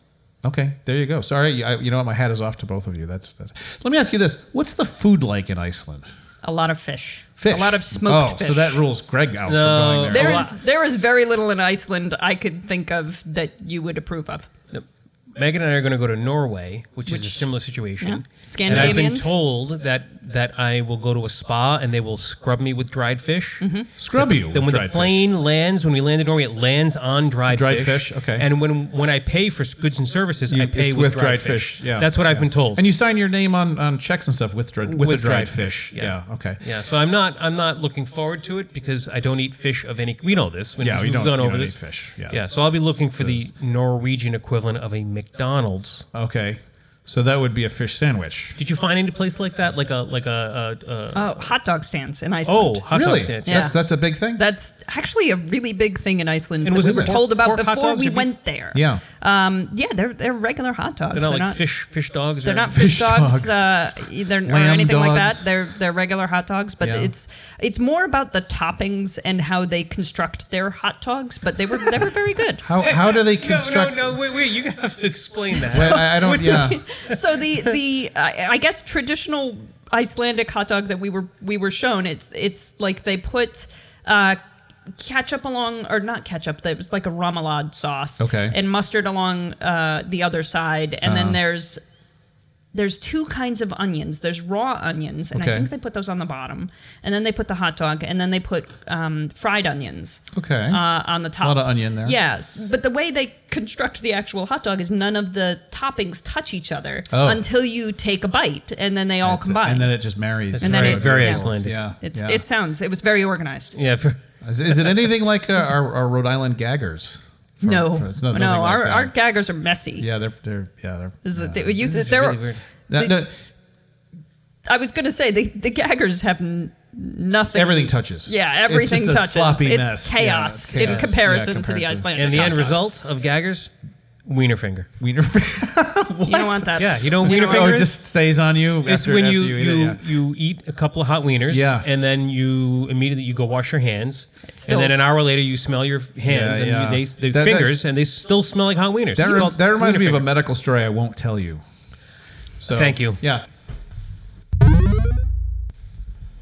S1: Okay, there you go. Sorry, you, I, you know what? My hat is off to both of you. That's that's. Let me ask you this: What's the food like in Iceland?
S3: A lot of fish.
S1: Fish.
S3: A lot of smoked
S1: oh,
S3: fish.
S1: so that rules Greg out
S2: No,
S1: from going there.
S3: There
S2: A
S3: is there is very little in Iceland I could think of that you would approve of.
S2: Megan and I are going to go to Norway, which, is a similar situation.
S3: Yeah.
S2: And I've
S3: Scandinavian.
S2: been told that that I will go to a spa and they will scrub me with dried fish.
S3: Mm-hmm.
S1: Scrub you.
S2: Then
S1: with
S2: when
S1: dried
S2: the
S1: fish.
S2: plane lands, when we land in Norway, it lands on dried,
S1: Dried fish, okay.
S2: And when when I pay for s- goods and services,
S1: You-
S2: I pay
S1: it's
S2: with, dried, fish.
S1: Yeah,
S2: that's what I've
S1: yeah.
S2: been told.
S1: And you sign your name on, on checks and stuff with dried with, a dried, fish.
S2: yeah.
S1: Yeah. Okay.
S2: yeah, so I'm not I'm not looking forward to it because I don't eat fish of any. We know this. When
S1: Yeah, we
S2: we've
S1: don't-
S2: gone
S1: you
S2: over
S1: don't
S2: this.
S1: eat fish, yeah.
S2: so I'll be looking for the
S1: It's-
S2: Norwegian equivalent of a McDonald's.
S1: Okay. So that would be a fish sandwich.
S2: Did you find any place like that? Like a like a, a, a
S3: Oh, hot dog stands in Iceland.
S2: oh hot
S1: really?
S2: dog sandwich.
S3: Yeah.
S1: That's that's a big thing.
S3: That's actually a really big thing in Iceland.
S2: And
S3: that
S2: was
S3: we
S2: it
S3: were
S2: pork-
S3: told about
S2: pork hot
S3: before
S2: dogs
S3: we
S2: or beef?
S3: went there.
S1: yeah.
S3: Um, yeah, they're they're regular hot dogs.
S2: They're not like fish fish dogs.
S3: They're
S2: or-
S3: not fish,
S1: Fish
S3: dogs,
S1: dogs.
S3: Uh, either, or
S1: Lamb
S3: anything like that.
S1: dogs.
S3: They're they're regular hot dogs, but
S1: Yeah.
S3: it's it's more about the toppings and how they construct their hot dogs. But they were they were very good.
S1: How how do they
S2: <laughs> No,
S1: construct?
S2: No, no, wait, wait. You have to <laughs> explain that.
S1: Well, I, I
S2: <laughs>
S1: don't. Yeah.
S3: so the the I, I guess traditional Icelandic hot dog that we were we were shown it's it's like they put uh, ketchup along or not ketchup that was like a remoulade sauce
S1: Okay. Uh-huh.
S3: and mustard along uh, the other side and then there's there's two kinds of onions. There's raw onions, and I
S1: Okay.
S3: think they put those on the bottom, and then they put the hot dog, and then they put um, fried onions
S1: Okay.
S3: uh, on the top.
S1: Lot of onion there.
S3: Yes, but the way they construct the actual hot dog is none of the toppings touch each other
S1: Oh.
S3: until you take a bite, and then they all combine.
S1: And then it just marries.
S2: And
S3: then
S1: Very-
S3: it-
S1: very
S3: yeah.
S1: Icelandic. Yeah.
S3: it's,
S1: yeah.
S3: it sounds it was very organized.
S2: Yeah, for,
S1: Is, is it anything like uh, our, our Rhode Island gaggers? For-
S3: no,
S1: for- it's not-
S3: no,
S1: nothing like
S3: our,
S1: that.
S3: our gaggers are messy.
S1: Yeah, they're they're yeah they're.
S3: This is-
S1: yeah.
S3: they- you-
S2: is
S3: there
S2: really
S3: were-
S2: weird.
S1: No,
S3: the-
S1: no,
S3: I was going to say the, the gaggers have n- nothing.
S1: everything touches.
S3: Yeah, everything
S1: it's just a
S3: touches.
S1: Sloppy
S3: it's
S1: mess. Yeah,
S3: chaos
S1: chaos.
S3: in comparison
S1: Yeah,
S3: to the
S1: compared
S3: Icelandic.
S2: and the
S3: hot
S2: end
S3: dog.
S2: result of Gaggers, wiener finger.
S1: Wiener.
S2: <laughs>
S3: You don't want that.
S2: Yeah, you don't wiener
S1: Oh,
S2: finger.
S1: it just stays on you.
S2: It's
S1: after,
S2: when
S1: after
S2: you
S1: eat
S2: you
S1: it,
S2: you,
S1: yeah.
S2: eat a couple of hot wieners,
S1: Yeah.
S2: and then you immediately you go wash your hands,
S3: still-
S2: and then an hour later you smell your hands
S1: Yeah,
S2: and
S1: yeah.
S2: they the
S1: That- that-
S2: fingers, and they still smell like hot wieners.
S1: That,
S2: It's
S1: rem-
S2: called
S1: that reminds me
S2: wiener
S1: of a
S2: finger.
S1: medical story I won't tell you. So
S2: Thank you.
S1: Yeah.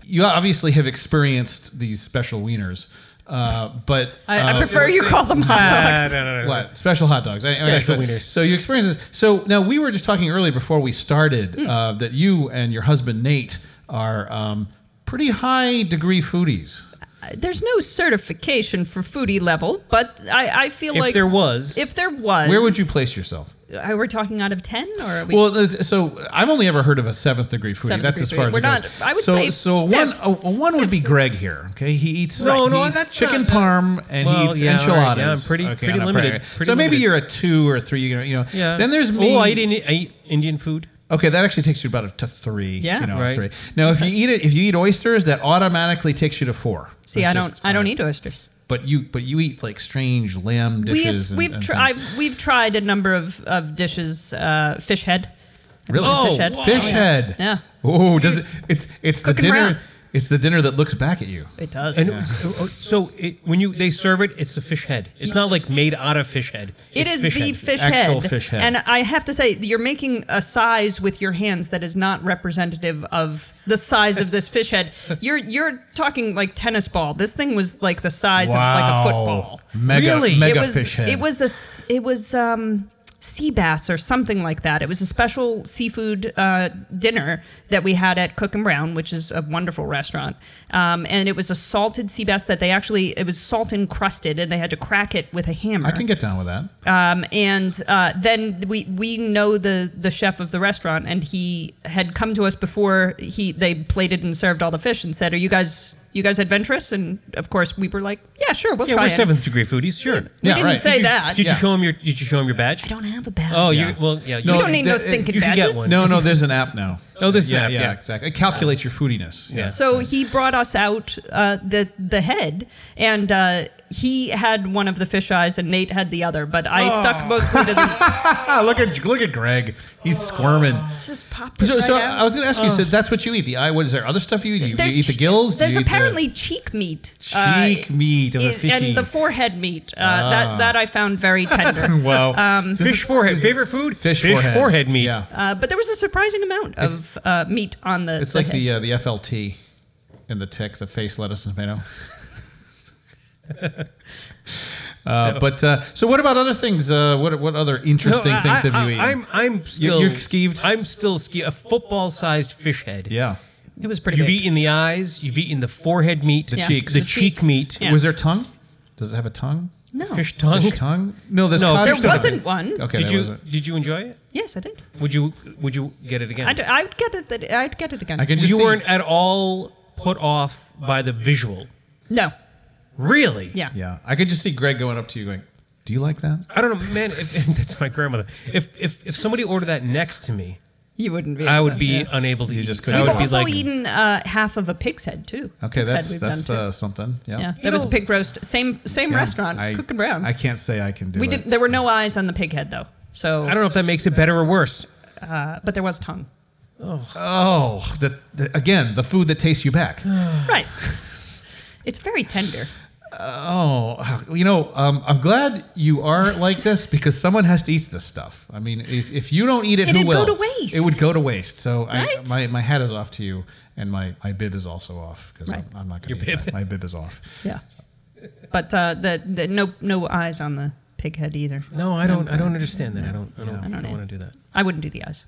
S1: You obviously have experienced these special wieners, uh, but
S3: I, I
S1: uh,
S3: prefer you call
S2: <laughs>
S3: them
S2: Ah,
S3: hot
S1: <laughs>
S3: dogs.
S2: no, no, no, no.
S1: what special hot dogs? I- I-
S2: Special
S1: so,
S2: wieners.
S1: So you experience this. So now we were just talking earlier before we started
S2: Hmm.
S1: uh, that you and your husband Nate are um, pretty high degree foodies.
S3: There's no certification for foodie level, but I, I feel
S2: If
S3: like
S2: there was,
S3: if there
S2: Uh,
S3: was, uh,
S1: Where would you place yourself?
S3: Are we talking out of ten or are we?
S1: Well, there's- so I've only ever heard of a seventh degree foodie.
S3: Seventh
S1: that's
S3: degree
S1: as far
S3: foodie.
S1: as
S3: We're
S1: it goes.
S3: not- I would
S1: so,
S3: say
S1: so
S3: fifth.
S1: one, a, a one would be Greg here. Okay, he eats
S2: No,
S1: he
S2: no,
S1: eats
S2: that's
S1: chicken
S2: not-
S1: parm and
S2: Well,
S1: he eats
S2: yeah, all right. Yeah,
S1: enchiladas.
S2: I'm pretty-
S1: Okay,
S2: pretty
S1: I'm not
S2: limited.
S1: so
S2: Pretty
S1: maybe
S2: limited.
S1: you're a two or three. You know, you know.
S2: yeah.
S1: Then there's me.
S2: Oh, I eat, Indi- I eat Indian food.
S1: Okay, that actually takes you about a, to three.
S3: Yeah.
S1: you know,
S2: Right.
S1: three. Now, if you eat it, if you eat oysters, that automatically takes you to four.
S3: See,
S1: It's
S3: I don't,
S1: just-
S3: I don't eat oysters.
S1: But you, but you eat like strange lamb dishes.
S3: We've, we've,
S1: and, and
S3: tr-
S1: things.
S3: I've- we've tried a number of of dishes. Uh, fish head. Have you
S1: Really?
S3: had fish head.
S2: Oh, wow.
S1: Fish
S3: yeah.
S1: head.
S3: Yeah.
S1: Oh, does it? It's it's the
S3: Cooking
S1: dinner.
S3: brown.
S1: It's the dinner that looks back at you.
S3: It does.
S2: And so, oh, so it, when you they serve it, it's a fish head. It's not like made out of fish head.
S3: it
S2: It's
S3: is
S2: fish
S3: the
S2: head.
S3: fish head.
S1: Actual fish head.
S3: And I have to say, you're making a size with your hands that is not representative of the size of this fish
S1: <laughs>
S3: head. You're you're talking like tennis ball. This thing was like the size of like a football.
S1: Mega,
S2: Really?
S1: mega
S3: it was
S1: fish head.
S3: it was a s- it was um sea bass or something like that. It was a special seafood uh, dinner that we had at Cook and Brown, which is a wonderful restaurant. Um, and it was a salted sea bass that they actually it was salt encrusted, and they had to crack it with a hammer.
S1: I can get down with that.
S3: Um, and uh, then we we know the the chef of the restaurant, and he had come to us before he they plated and served all the fish, and said, "Are you guys you guys adventurous?" And of course, we were like, "Yeah, sure, we'll
S2: Yeah,
S3: try
S2: we're
S3: it."
S2: seventh degree foodies. Sure.
S3: We
S1: Yeah,
S3: didn't
S1: right.
S3: say
S1: Did you-
S3: that.
S2: Did
S1: Yeah.
S2: you show him your? Did you show him your badge?
S3: I don't have a badge.
S2: Oh,
S1: Yeah.
S2: you well, yeah. You,
S1: No,
S3: we don't need no
S1: that-
S3: stinking
S2: you should get
S3: badges.
S2: one.
S1: No, no, there's an app now.
S2: Oh, there's
S1: <laughs>
S2: an
S1: yeah,
S2: app,
S1: Yeah,
S2: yeah.
S1: exactly. It calculates your foodiness. Yeah.
S3: So he brought us out uh, the the head, and uh, he had one of the fish eyes, and Nate had the other. But I
S2: Oh.
S3: stuck mostly to the
S2: <laughs>
S1: Ah, look at look at Greg. He's squirming.
S3: just popped it
S1: So,
S3: right
S1: so
S3: out.
S1: I was going to ask you. So that's what you eat. The eye. What is there? Other stuff you eat? Do you,
S3: There's
S1: eat the
S3: ch-
S1: gills? Do
S3: There's
S1: you eat the
S3: apparently cheek meat.
S1: cheek meat of the
S3: is-
S1: fishy.
S3: Uh,
S1: <laughs>
S3: and the forehead meat. Uh, That that I found very tender.
S1: Ah. wow. Um,
S2: Fish forehead. Favorite food?
S1: fish, forehead.
S2: meat.
S1: Yeah.
S3: Uh, but there was a surprising amount of uh, meat on the.
S1: It's
S3: the
S1: like
S3: head.
S1: the uh, the FLT. in the tick, the face lettuce and
S2: <laughs>
S1: tomato.
S2: No.
S1: Uh, but uh, so, what about other things? Uh, what what other interesting
S2: No, I-
S1: things
S2: I-
S1: have you
S2: I-
S1: eaten?
S2: I'm I'm still
S1: you're skeeved?
S2: I'm still skeeved. A football-sized fish head.
S1: yeah.
S3: It was pretty
S2: You've
S3: big.
S2: eaten the eyes. You've eaten the forehead meat.
S1: The
S3: Yeah.
S1: cheeks.
S2: The,
S3: The
S2: cheek
S3: cheeks.
S2: meat.
S3: Yeah.
S1: Was there tongue? Does it have a tongue?
S3: no.
S2: Fish tongue.
S1: Fish
S2: <laughs>
S1: tongue? No, there's
S2: No,
S1: cod
S2: there
S1: tongue.
S3: wasn't one.
S1: Okay,
S2: did
S1: there
S2: you
S1: wasn't.
S2: did you enjoy it?
S3: Yes, I did.
S2: Would you would you get it again?
S3: I'd, I'd get it. that- I'd get it again.
S1: I can just
S2: you
S1: see-
S2: weren't at all put off by the visual.
S3: no.
S2: Really?
S3: Yeah.
S1: Yeah, I could just see Greg going up to you, going, "Do you like that?"
S2: I don't know, man. If, that's my grandmother. If if if somebody ordered that next to me,
S3: You wouldn't be.
S2: I
S3: able
S2: would
S3: to-
S2: be
S3: yeah.
S2: unable to.
S1: You
S2: eat.
S1: just
S2: I
S1: couldn't
S3: We've
S2: would
S1: do it.
S2: be
S3: also
S2: like,
S3: eaten uh, half of a pig's head too.
S1: Okay,
S3: Pig's head
S1: that's
S3: we've
S1: that's
S3: done, too.
S1: uh, something. Yeah.
S3: yeah.
S2: You
S3: That was a
S2: know-
S3: pig roast. Same same
S1: Yeah.
S3: restaurant.
S1: I-
S3: Cook and Brown.
S1: I can't say I can do
S3: we
S1: it.
S3: did. There were no eyes on the pig head though. So,
S2: I don't know if that makes it better or worse.
S3: uh, but there was tongue.
S1: Oh, the, the again the food that tastes you back.
S3: <sighs> right. It's very tender.
S1: Oh, you know, um, I'm glad you are like this because someone has to eat this stuff. I mean, if, if you don't eat it,
S3: It'd
S1: who will?
S3: go to waste.
S1: It would go to waste. So I,
S3: Right?
S1: my, my hat is off to you, and my, my bib is also off because
S3: Right.
S1: I'm, I'm not
S2: Your
S1: going to eat
S2: bib.
S1: that. My bib is off.
S3: Yeah. But uh, the, the no no eyes on the pig head either.
S2: No, I don't. I don't understand that. I don't. I don't,
S3: I don't either.
S2: want to do that.
S3: I wouldn't do the eyes.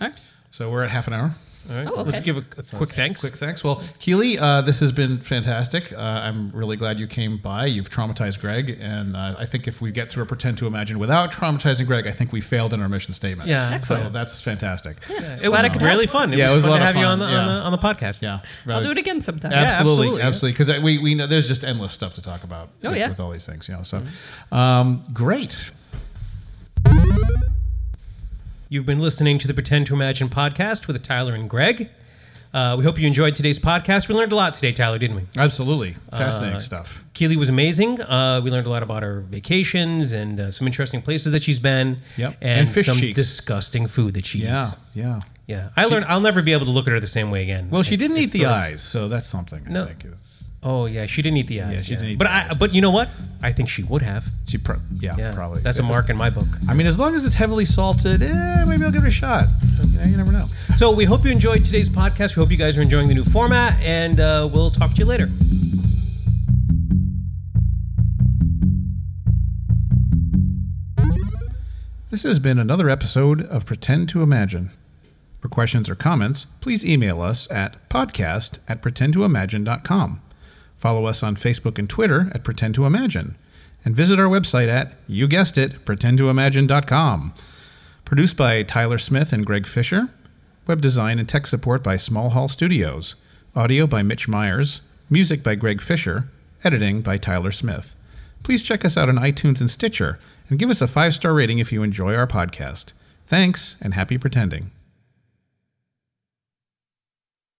S3: All right.
S1: So we're at half an hour.
S2: All right.
S3: Oh,
S2: Let's
S3: okay.
S2: give a, a quick thanks.
S1: Quick thanks. Well, Keely, uh, this has been fantastic. Uh, I'm really glad you came by. You've traumatized Greg, and uh, I think if we get through a pretend to imagine without traumatizing Greg, I think we failed in our mission statement.
S2: Yeah.
S1: So
S2: Excellent.
S1: that's fantastic. Yeah,
S2: It was
S3: I could help.
S2: really fun. It
S1: Yeah,
S2: was,
S1: it was a
S2: fun
S1: lot
S2: to
S1: of
S2: have you
S1: fun,
S2: on the, on
S1: yeah.
S2: the on the podcast.
S3: I'll
S1: really-
S3: do it again sometime.
S2: Yeah.
S1: absolutely,
S2: absolutely, yeah.
S1: absolutely. Because we, we know there's just endless stuff to talk about.
S3: Oh,
S1: with,
S3: yeah.
S1: with all these things, you know. So, um, great.
S2: You've been listening to the Pretend to Imagine podcast with Tyler and Greg. Uh, we hope you enjoyed today's podcast. We learned a lot today, Tyler, didn't we?
S1: Absolutely fascinating
S2: Uh,
S1: stuff.
S2: Keely was amazing. Uh, we learned a lot about our vacations and uh, some interesting places that she's been.
S1: Yep.
S2: And,
S1: And fish
S2: some
S1: cheeks.
S2: disgusting food that she
S1: Yeah,
S2: eats.
S1: yeah.
S2: Yeah. I learned I'll never be able to look at her the same way again.
S1: Well, she
S2: It's-
S1: didn't eat
S2: it's
S1: the
S2: sort of-
S1: eyes, so that's something.
S2: No.
S1: I think it's,
S2: Oh yeah, she didn't eat the eyes.
S1: she didn't eat
S2: but
S1: the
S2: I
S1: eyes.
S2: but you know what? I think she would have.
S1: she pro- yeah,
S2: Yeah.
S1: probably.
S2: That's a
S1: It was-
S2: mark in my book.
S1: I mean, as long as it's heavily salted, eh, maybe I'll give it a shot. You, know, you never know.
S2: So we hope you enjoyed today's podcast. We hope you guys are enjoying the new format, and uh, we'll talk to you later.
S1: This has been another episode of Pretend to Imagine. For questions or comments, please email us at podcast at pretendtoimagine.com. Follow us on Facebook and Twitter at Pretend to Imagine. And visit our website at, you guessed it, pretendtoimagine.com. Produced by Tyler Smith and Greg Fisher. Web design and tech support by Small Hall Studios. Audio by Mitch Myers. Music by Greg Fisher. Editing by Tyler Smith. Please check us out on iTunes and Stitcher and give us a five star rating if you enjoy our podcast. Thanks and happy pretending.